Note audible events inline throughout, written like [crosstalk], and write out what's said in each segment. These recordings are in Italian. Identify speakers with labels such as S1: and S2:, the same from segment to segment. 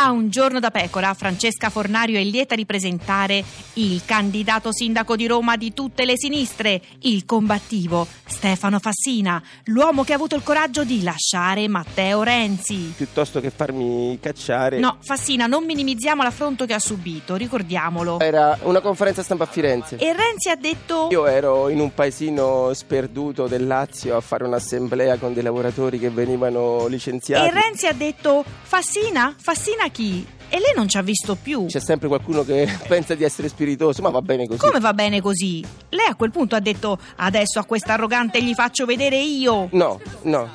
S1: A un giorno da pecora, Francesca Fornario è lieta di presentare il candidato sindaco di Roma di tutte le sinistre, il combattivo Stefano Fassina, l'uomo che ha avuto il coraggio di lasciare Matteo Renzi.
S2: piuttosto che farmi cacciare.
S1: No, Fassina, non minimizziamo l'affronto che ha subito, ricordiamolo.
S2: Era una conferenza stampa a Firenze.
S1: E Renzi ha detto...
S2: Eh. Io ero in un paesino sperduto del Lazio a fare un'assemblea con dei lavoratori che venivano
S1: E
S2: licenziati.
S1: Renzi ha detto Fassina? Fassina chi? E lei non ci ha visto più.
S2: C'è sempre qualcuno che [laughs] pensa di essere spiritoso, ma va bene così.
S1: Come va bene così? Lei a quel punto ha detto adesso a questa arrogante gli faccio vedere io.
S2: No, no,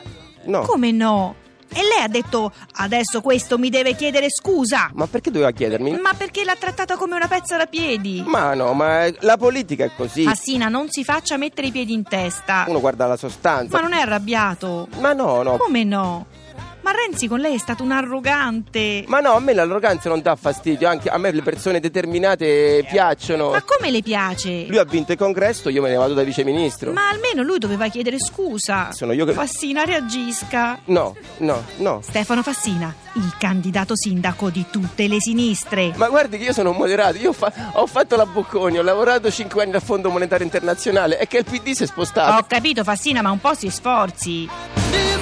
S2: no.
S1: Come no? E lei ha detto adesso questo mi deve chiedere scusa.
S2: Ma perché doveva chiedermi?
S1: Ma perché l'ha trattata come una pezza da piedi?
S2: Ma no, ma eh, la politica è così.
S1: Fassina, non si faccia mettere i piedi in testa.
S2: Uno guarda la sostanza.
S1: Ma non è arrabbiato.
S2: Ma no, no.
S1: Come no? Ma Renzi con lei è stato un arrogante.
S2: Ma no, a me l'arroganza non dà fastidio, anche a me le persone determinate piacciono.
S1: Ma come le piace?
S2: Oh. Lui ha vinto il congresso, io me ne vado da viceministro.
S1: Ma almeno lui doveva chiedere scusa.
S2: Ah, Sono io che-
S1: Fassina reagisca.
S2: No, no, no.
S1: Stefano Fassina, il candidato sindaco di tutte le sinistre.
S2: Ma guardi che io sono un moderato, io ho fa- ho fatto la Bocconi, ho lavorato 5 anni al
S1: Ah,
S2: Ah, Fondo Monetario Internazionale, è che il PD si è spostato.
S1: Ho capito Fassina, ma un po' si sforzi.
S3: Do